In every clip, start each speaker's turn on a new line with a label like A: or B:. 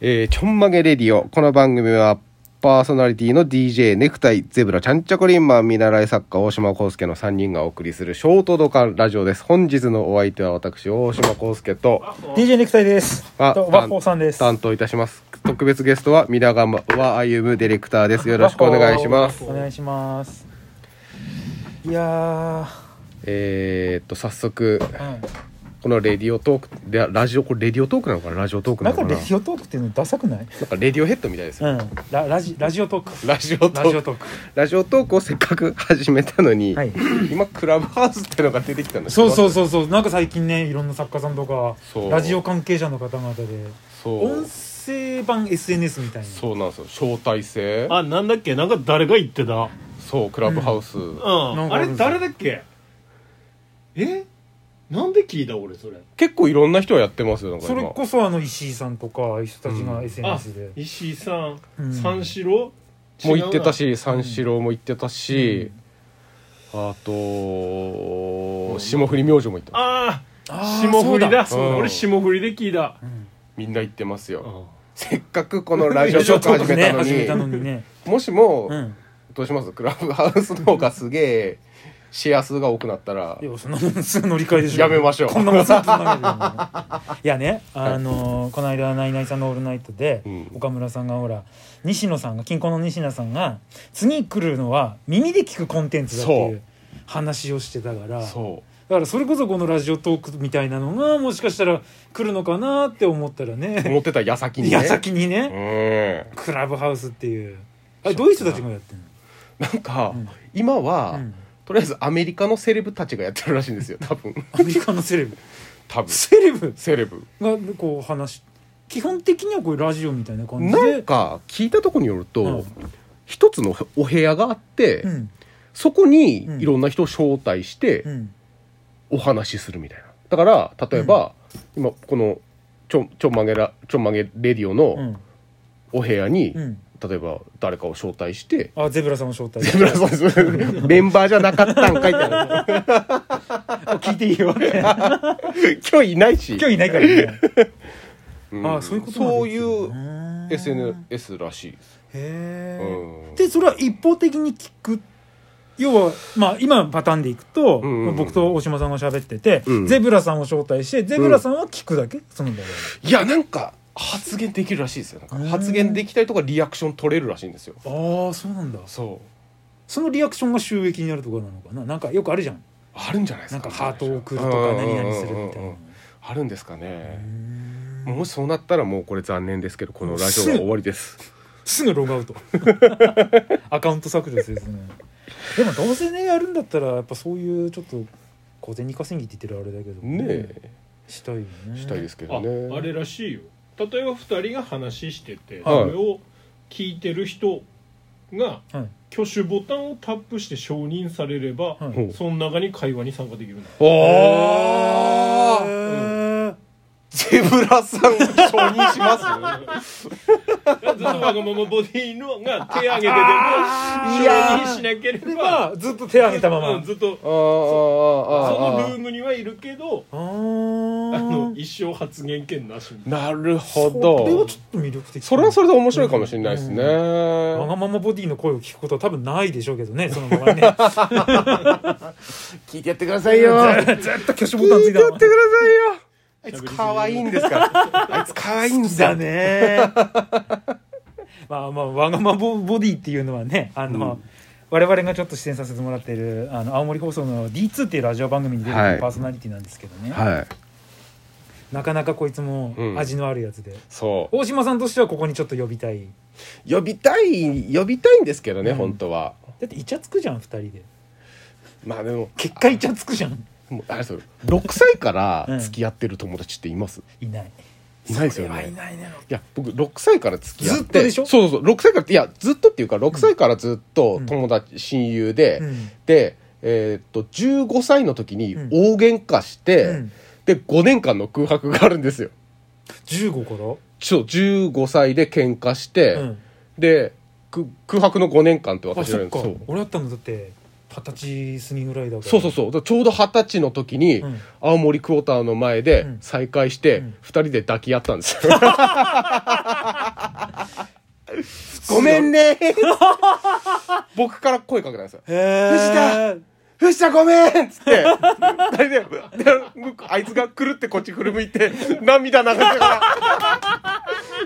A: えーちょんまげレディオ。この番組は、パーソナリティの DJ、ネクタイ、ゼブラ、ちゃんちゃこりんマン、見習い作家、大島康介の3人がお送りするショートドカラジオです。本日のお相手は私、大島康介と、
B: DJ ネクタイです。
A: あ
B: と、ワッホーさんです。
A: 担当いたします。特別ゲストは、ミラガマワアユムディレクターです。よろしくお願いします。
B: お願いします。いや
A: えーっと、早速、
B: ー、
A: このレディオトーク、でラジオ、これレディオトークなのかなラジオトー
B: う
A: ク
B: ん、
A: な
B: なん
A: のか
B: か
A: な
B: レディオトークっていうのダサくない？
A: なんかレディオヘッドみたいですよ。
B: うん、ララジラジオトーク。
A: ラジオト
B: ラジ
A: ー
B: オ
A: ク。
B: トーク。
A: ラジオトークをせっかく始めたのに、
B: はい
A: 今クラブハウスってのが出てきたんです
B: そうそう
A: う
B: そうそう。なんか最近ね、いろんな作家さんとか
A: そう
B: ラジオ関係者の方々で
A: そ
B: 音
A: う
B: 声版 SNS みたいな。
A: そうなんですよ招待制
C: あなんだっけなんか誰が言ってたうん
A: そうクラブハウス、
B: なんか
C: あ
B: ある
C: れ
B: んですよ
C: 誰だっけえなんで聞いた俺それ
A: 結構いろんな人がやってますよなんか
B: そ
A: 今
B: れこそあの石井さんとかああいう人たち
A: う
B: が
A: ん
B: SNS で。
C: 石井さん、
B: うん
C: 三四郎
A: もう行ってた
C: 違う
A: し三四郎も行ってたし、あと霜降り明星も行ってます
C: なああ
B: あー
C: 霜降りだ
A: そうだうん
C: 俺霜降りで聞いた、
A: みんな行ってますよ、
C: うん
A: せっかくこのラジオショック
B: ラジオト
A: 始
B: ーク
A: め
B: ね
A: た のに,、
B: 始めたのにね。
A: もしも、
B: うん。
A: どうしますクラブハウスの方がすげえシェア数が多くなったら
B: いやそんなもんすぐ乗り換えでしょ
A: やめましょう
B: こんなもんすぐつなげるよねいやねあのーこの間「ナイナイさんのオールナイトで」
A: うん
B: 岡村さんがほら西野さんが近郊の西野さんが次来るのは耳で聞くコンテンツだってい
A: そう
B: う話をしてたからだか
A: そう
B: らそれこそこのラジオトークみたいなのがもしかしたら来るのかなって思ったらね
A: 思ってた矢先にね
B: 矢先に
A: う
B: ね
A: ん
B: クラブハウスっていうあれどういう人たちがやってんの
A: なんか、
B: うん
A: 今は、
B: うん
A: とりあえずアメリカのセレブたちがやってるらしいんです よ多分
B: アメリカのセレブ
A: 多分
B: セレブ
A: セレブ
B: がこう話し基本的にはこういうラジオみたいな感じで
A: なんか聞いたとこによると、
B: うん
A: 一つのお部屋があって、
B: うん
A: そこに
B: うん
A: いろんな人を招待して
B: うん
A: お話しするみたいなだから例えば、今このちょちょんまげらちょんまげレディオ
B: う
A: の
B: ん
A: お部屋に、
B: うん
A: 例ええば誰かを招待して
B: あゼブラさんの招待
A: ゼブラさんですメンバーじゃなかったんかいって
B: 聞いていいよ って
A: 今日いないし
B: 今日いないからね
A: うん
B: あそういうこと
A: そういう
B: う
A: SNS らしいです
B: へ
A: う
B: え
A: ん
B: でそれは一方的に聞く要はまあ今のパターンでいく
A: う
B: と
A: んうんうん
B: 僕と大島さんが喋ってて
A: うん
B: ゼブラさんを招待してゼブラさんは聞くだけその場合
A: いやなんか発言できるらしいですよなんか
B: うん
A: 発言できたりとかリアクション取れるらしいんですよ
B: はああそうなんだ
A: そう
B: そのリアクションが収益になるところなのかななんかよくあるじゃん
A: あるんじゃないです
B: なん
A: か
B: かハートを送るとか何々するみた
A: うんう
B: い
A: んうんう
B: なん
A: あるんですか
B: う
A: ね
B: ん
A: もしそうなったらもうこれ残念ですけどこのラジオは終わりです
B: すぐログア ウトアカウント削除でするねでもどうせねやるんだったらやっぱそういうちょっと小銭稼ぎって言ってるあれだけど
A: ねえ
B: したいよね
A: したいですすけど
C: あ
A: ね
C: あれらしいよ例えば2人が話して
A: は
C: て、
A: い
C: それを聞いてる人が
B: はい
C: 挙手ボタンをタップして承認されれば、
B: はい
A: うん
C: その中に会話に参加できるんだ
A: おー
B: へ
A: ゼブラさん承認します
C: ずっとわがままボディのが手挙げてでも承認しなけれ
B: ーで
C: ば
B: まあずっと手挙げたまま
C: うんずっと
A: あーあ
C: そ
A: ーあーあ
C: の
A: ー
C: ルームにはいるけど
B: あ
C: あの
B: ー
C: 一生発言権なしみた
A: な
C: い
A: るほ
B: これは
A: ど
B: ちょっと魅力的
A: それはそれで面白いかもしれないですね、
B: わがままボディの声を聞くことは多分ないでしょうけどねそのまま ねず
A: 聞いてやってくださいよ
B: ずっと挙手ボタンついたまま
A: ださいよ あい
C: 喋りす
A: つ
C: ぎ
A: 可愛いんですからあいつ可愛いんですよ
B: だね まあまあわがままボボディっていうのはねあの、我々がちょっと出演させてもらっているあの青森放送の D2 っていうラジオ番組に出てく
A: はい
B: るパーソナリティなんですけどね、
A: はい
B: なかなかこいつも
A: うん
B: 味のあるやつで、
A: そう
B: 大島さんとしてはここにちょっと呼びたい
A: 呼びたい呼びたいんですけどね、
B: うん
A: 本当は
B: だってイチャつくじゃん2人で
A: まあでも
B: 結果イチャつくじゃん
A: もうあれそう6歳から
B: うん
A: 付き合ってる友達っています、
B: いない
A: いないですよね
B: それはいないね
A: いや僕6歳から付き合って
B: ずっとでしょ
A: そうそうそう6歳からいやずっとっていうか6歳からずっと友達、親友で、
B: うん
A: でえーっと15歳の時に
B: うん
A: 大喧嘩して、
B: うん
A: で5年間の空白があるんですよ
B: 15頃、
A: ちょ15歳で喧嘩して、
B: うん、
A: でく空白の5年間って
B: あ
A: 私ら
B: そ
A: の
B: っか
A: そう
B: 俺だったのだって二十歳過ぎぐらいだから
A: そうそうそうだからちょうど二十歳の時に
B: うん
A: 青森クォーターの前で
B: うん
A: 再会して
B: うん
A: 二人で抱き合ったんですよ、ごめん ね僕から声かけたんですよ
B: え
A: 藤田ごめんっつって、二人で、で向こうあいつが来るってこっち振り向いて、涙流しながら、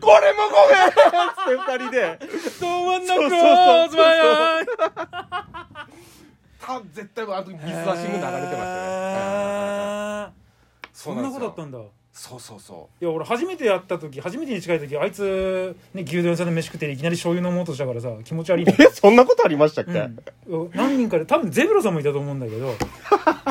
A: これもごめんっつって二人で、
B: どうもんな
A: そうそうそうそうた絶対あの時水出しも流れてましたね。
B: そんなことだったん
A: だ。
B: だい
A: そうそうそう。
B: や俺初めてやった時初めてに近い時あいつ、ね、牛丼屋さんで飯食っていきなり醤油飲もうとしたからさ気持ち悪いな
A: え、そんなことありましたっけ、
B: うん、何人かで多分ゼブラさんもいたと思うんだけど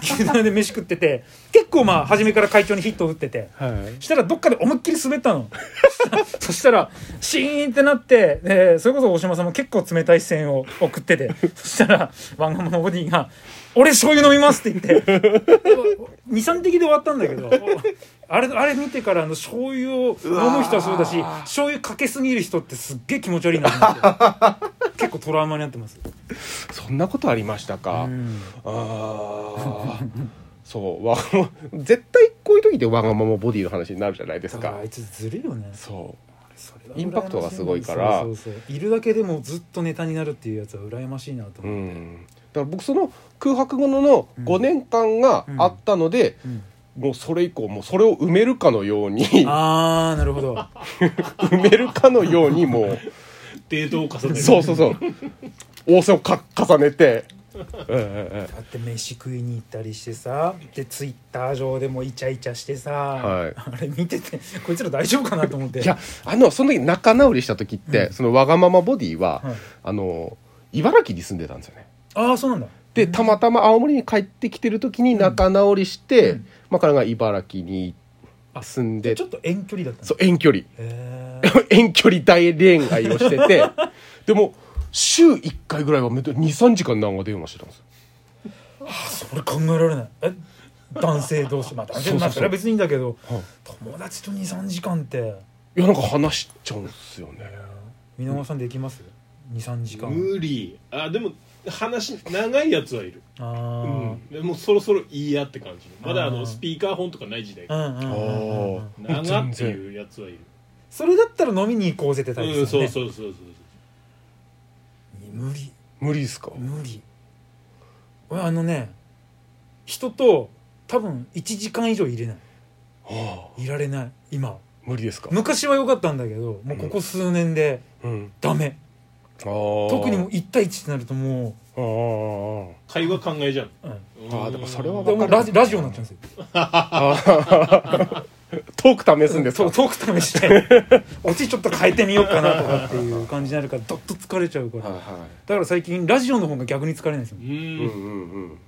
B: 牛丼屋で飯食ってて結構まあ初めから会長にヒットを打ってて
A: はい。
B: したらどっかで思いっきり滑ったの そしたらシーンってなって、えーそれこそ大島さんも結構冷たい視線を送っててそしたらワンガマのボディが「俺醤油飲みます」って言って23滴で終わったんだけどあれあれ見てからあの醤油を飲む人はそうだ
A: う
B: し
A: わー
B: 醤油かけすぎる人ってすっげえ気持ち悪いなと思って結構トラウマになってます、
A: そんなことありましたか、
B: うん
A: ああ。そう、わがま絶対こういう時でわがままボディの話になるじゃないです
B: だから
A: か
B: あ。いつずるいよね
A: そう。
B: それは羨ましい
A: インパクトがすごいから
B: そうそうそういるだけでもずっとネタになるっていうやつは羨ましいなと
A: う
B: 思って、
A: ん、だから僕その空白後のの
B: うん
A: 5年間があったので、
B: うん
A: もうそれ以降もうそれを埋めるかのように 埋
B: ああなるほど
A: めるかのようにも
C: デートを重ね
A: う
C: る
A: そうそうそう仰せをか重ね て、ええ
B: だって飯食いに行ったりしてさでツイッター上でもイチャイチャしてさ、
A: はい
B: あれ見ててこいつら大丈夫かなと思って
A: いやあのその時仲直りした時って、そのわがままボディは、
B: はい
A: あの茨城に住んでたんですよね
B: ああそうなんだ
A: でたまたま青森に帰ってきてる時に仲直りして、まあ、彼が茨城に住んで
B: ちょっと遠距離だったの
A: そう遠距離
B: へ
A: 遠距離大恋愛をして てでも週1回ぐらいは23時間長電話してたんですよ
B: えそれ考えられないえ男性同士まあ男性
A: そうそうそう
B: まあそれは別にいいんだけど
A: はい
B: 友達と23時間って
A: いやなんか話しちゃうんですよね
B: 見逃さんできます23時間
C: 無理あでも話長いやつはいる、
B: あ
C: う
B: ーうん
C: ん、でもうそろそろいいやって感じまだあ
B: あー
C: のスピーカーホンとかない時代
B: うんうんうん
C: 長っていうやつはいる
B: それだったら飲みに行こうぜってタイプ
C: う
B: で
C: ん
B: すよ
C: そ
B: ね
C: うそうそうそう
B: 無理
A: 無理ですか
B: 無理俺あのね人と多分1時間以上入れない
A: はあ
B: いられない今
A: 無理ですか
B: 昔は良かったんだけどもうここ数年で
A: うん
B: ダメ、特
A: 特
B: にもう1対1ってなるとも
A: あー
C: 会話考えじゃん
B: う、うん
A: あーでもそれは
B: でもうラジラジオになっちゃうんですよ
A: トーク試すんです
B: そ
A: か
B: うトーク試してオチちょっと変えてみようかなとかっていう感じになるからどっと疲れちゃうから
A: はい
B: だ
A: は
B: から最近ラジオの方が逆に疲れないんですよ
C: う
A: い
C: ん
A: うんうんうん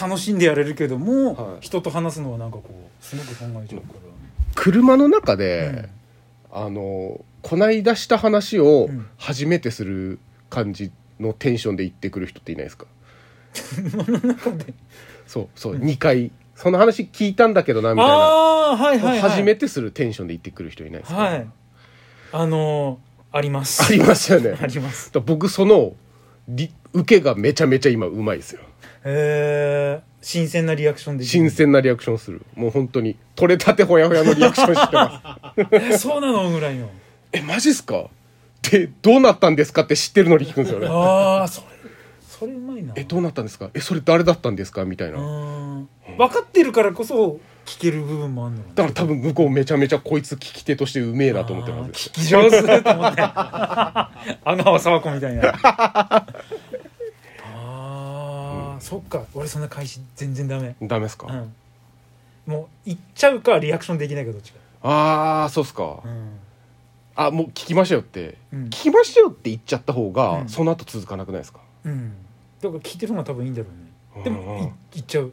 B: 楽しんでやれるけども、
A: はい
B: 人と話すのはなんかこうすごく考えちゃうから。
A: 車の中
B: う
A: で
B: ん、
A: あのこないだした話を
B: うん
A: 初めてする感じのテンションで言ってくる人っていないですかそうそう、二回その話聞いたんだけどなみたいな
B: ああはいはい、はい、
A: 初めてするテンションで言ってくる人いないですか、
B: はいあのー、あります
A: ありましたよね
B: あります
A: だ僕そのり受けがめちゃめちゃ今うまいですよ
B: えー、新鮮なリアクションでき
A: 新
B: る
A: 鮮なリアクションするもう本当に取れたてほやほやのリアクションしてます
B: えそうなのぐらいの
A: えマジっすかでどうなったんですかって知ってるのに聞くんですよね
B: ああそれそれうまいな
A: えどうなったんですかえそれ誰だったんですかみたいうな、
B: ーん分かってるからこそ聞ける部分もあるのか
A: だから多分向こうめちゃめちゃこいつ聞き手としてうめえなと思って
B: な
A: ます
B: 聞き上手と思って阿川佐和子みた いなあー、そっか俺そんな返し全然ダメ
A: ダメっすか、
B: う
A: あ
B: んもう言っちゃうかリアクションできないかどっちか
A: あーそうっすか、
B: うん
A: あもう聞きましたよって、
B: うん
A: 聞きましたよって言っちゃった方が、
B: うん
A: その後続かなくないですか
B: うんだから聞いてる方が多分いいんだろうねで
A: うんうん
B: もいいっちゃう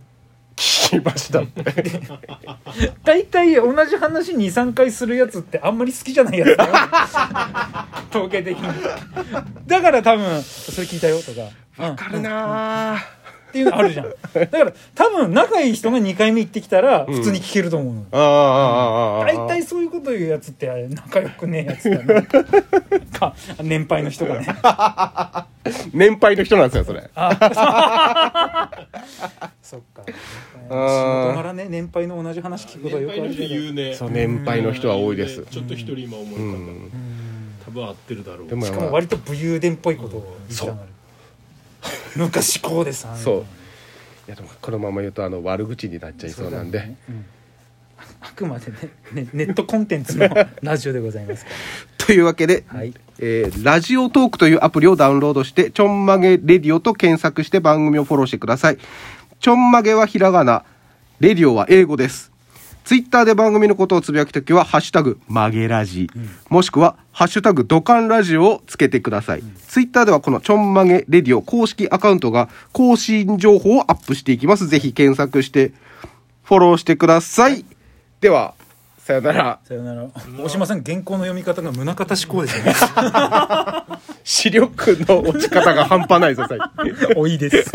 A: 聞きました って
B: 大体同じ話23回するやつってあんまり好きじゃないやつだよ 統計的にだから多分それ聞いたよとか、うん、
A: わかるなぁ
B: っていうのあるじゃんだから多分仲いい人が2回目行ってきたら
A: うん
B: 普通に聞けると思うの、
A: ああああああああ
B: 大体そういうこと言うやつってあれ仲良くねえやつ だねか年配の人がね
A: 年配の人なんですよそれ
B: そっか仕事
A: ー
B: 柄ね年配の同じ話聞くことは
C: 年
B: よくあ
C: 配の
B: る
C: 人
B: けど
C: 言うね
A: そう年配の人は多いです
C: ちょっと一人今思い浮かんだ
B: うん
C: 多分合ってるだろう
A: でも
B: しかも割と武勇伝っぽいことを言いたがる昔こうですあの
A: そういやでもこのまま言うとあの悪口になっちゃいそうなんで、
B: だよねうんああくまでねねネットコンテンツのラジオでございますか
A: というわけで、
B: らはい
A: えーラジオトークというアプリをダウンロードして、ちょんまげレディオと検索して番組をフォローしてください。ちょんまげはひらがな、レディオは英語です。ツイッターで番組のことをつぶやくときは、ハッシュタグ、曲げラジ、もしくは、ハッシュタグ、ドカンラジオをつけてください。ツイッターでは、このちょんまげレディオ公式アカウントが、更新情報をアップしていきます。ぜひ検索して、フォローしてください。では、さよなら。
B: さよなら大島さん原稿の読み方が宗像志向ですね
A: 視力の落ち方が半端ないぞ、最近。
B: 多いです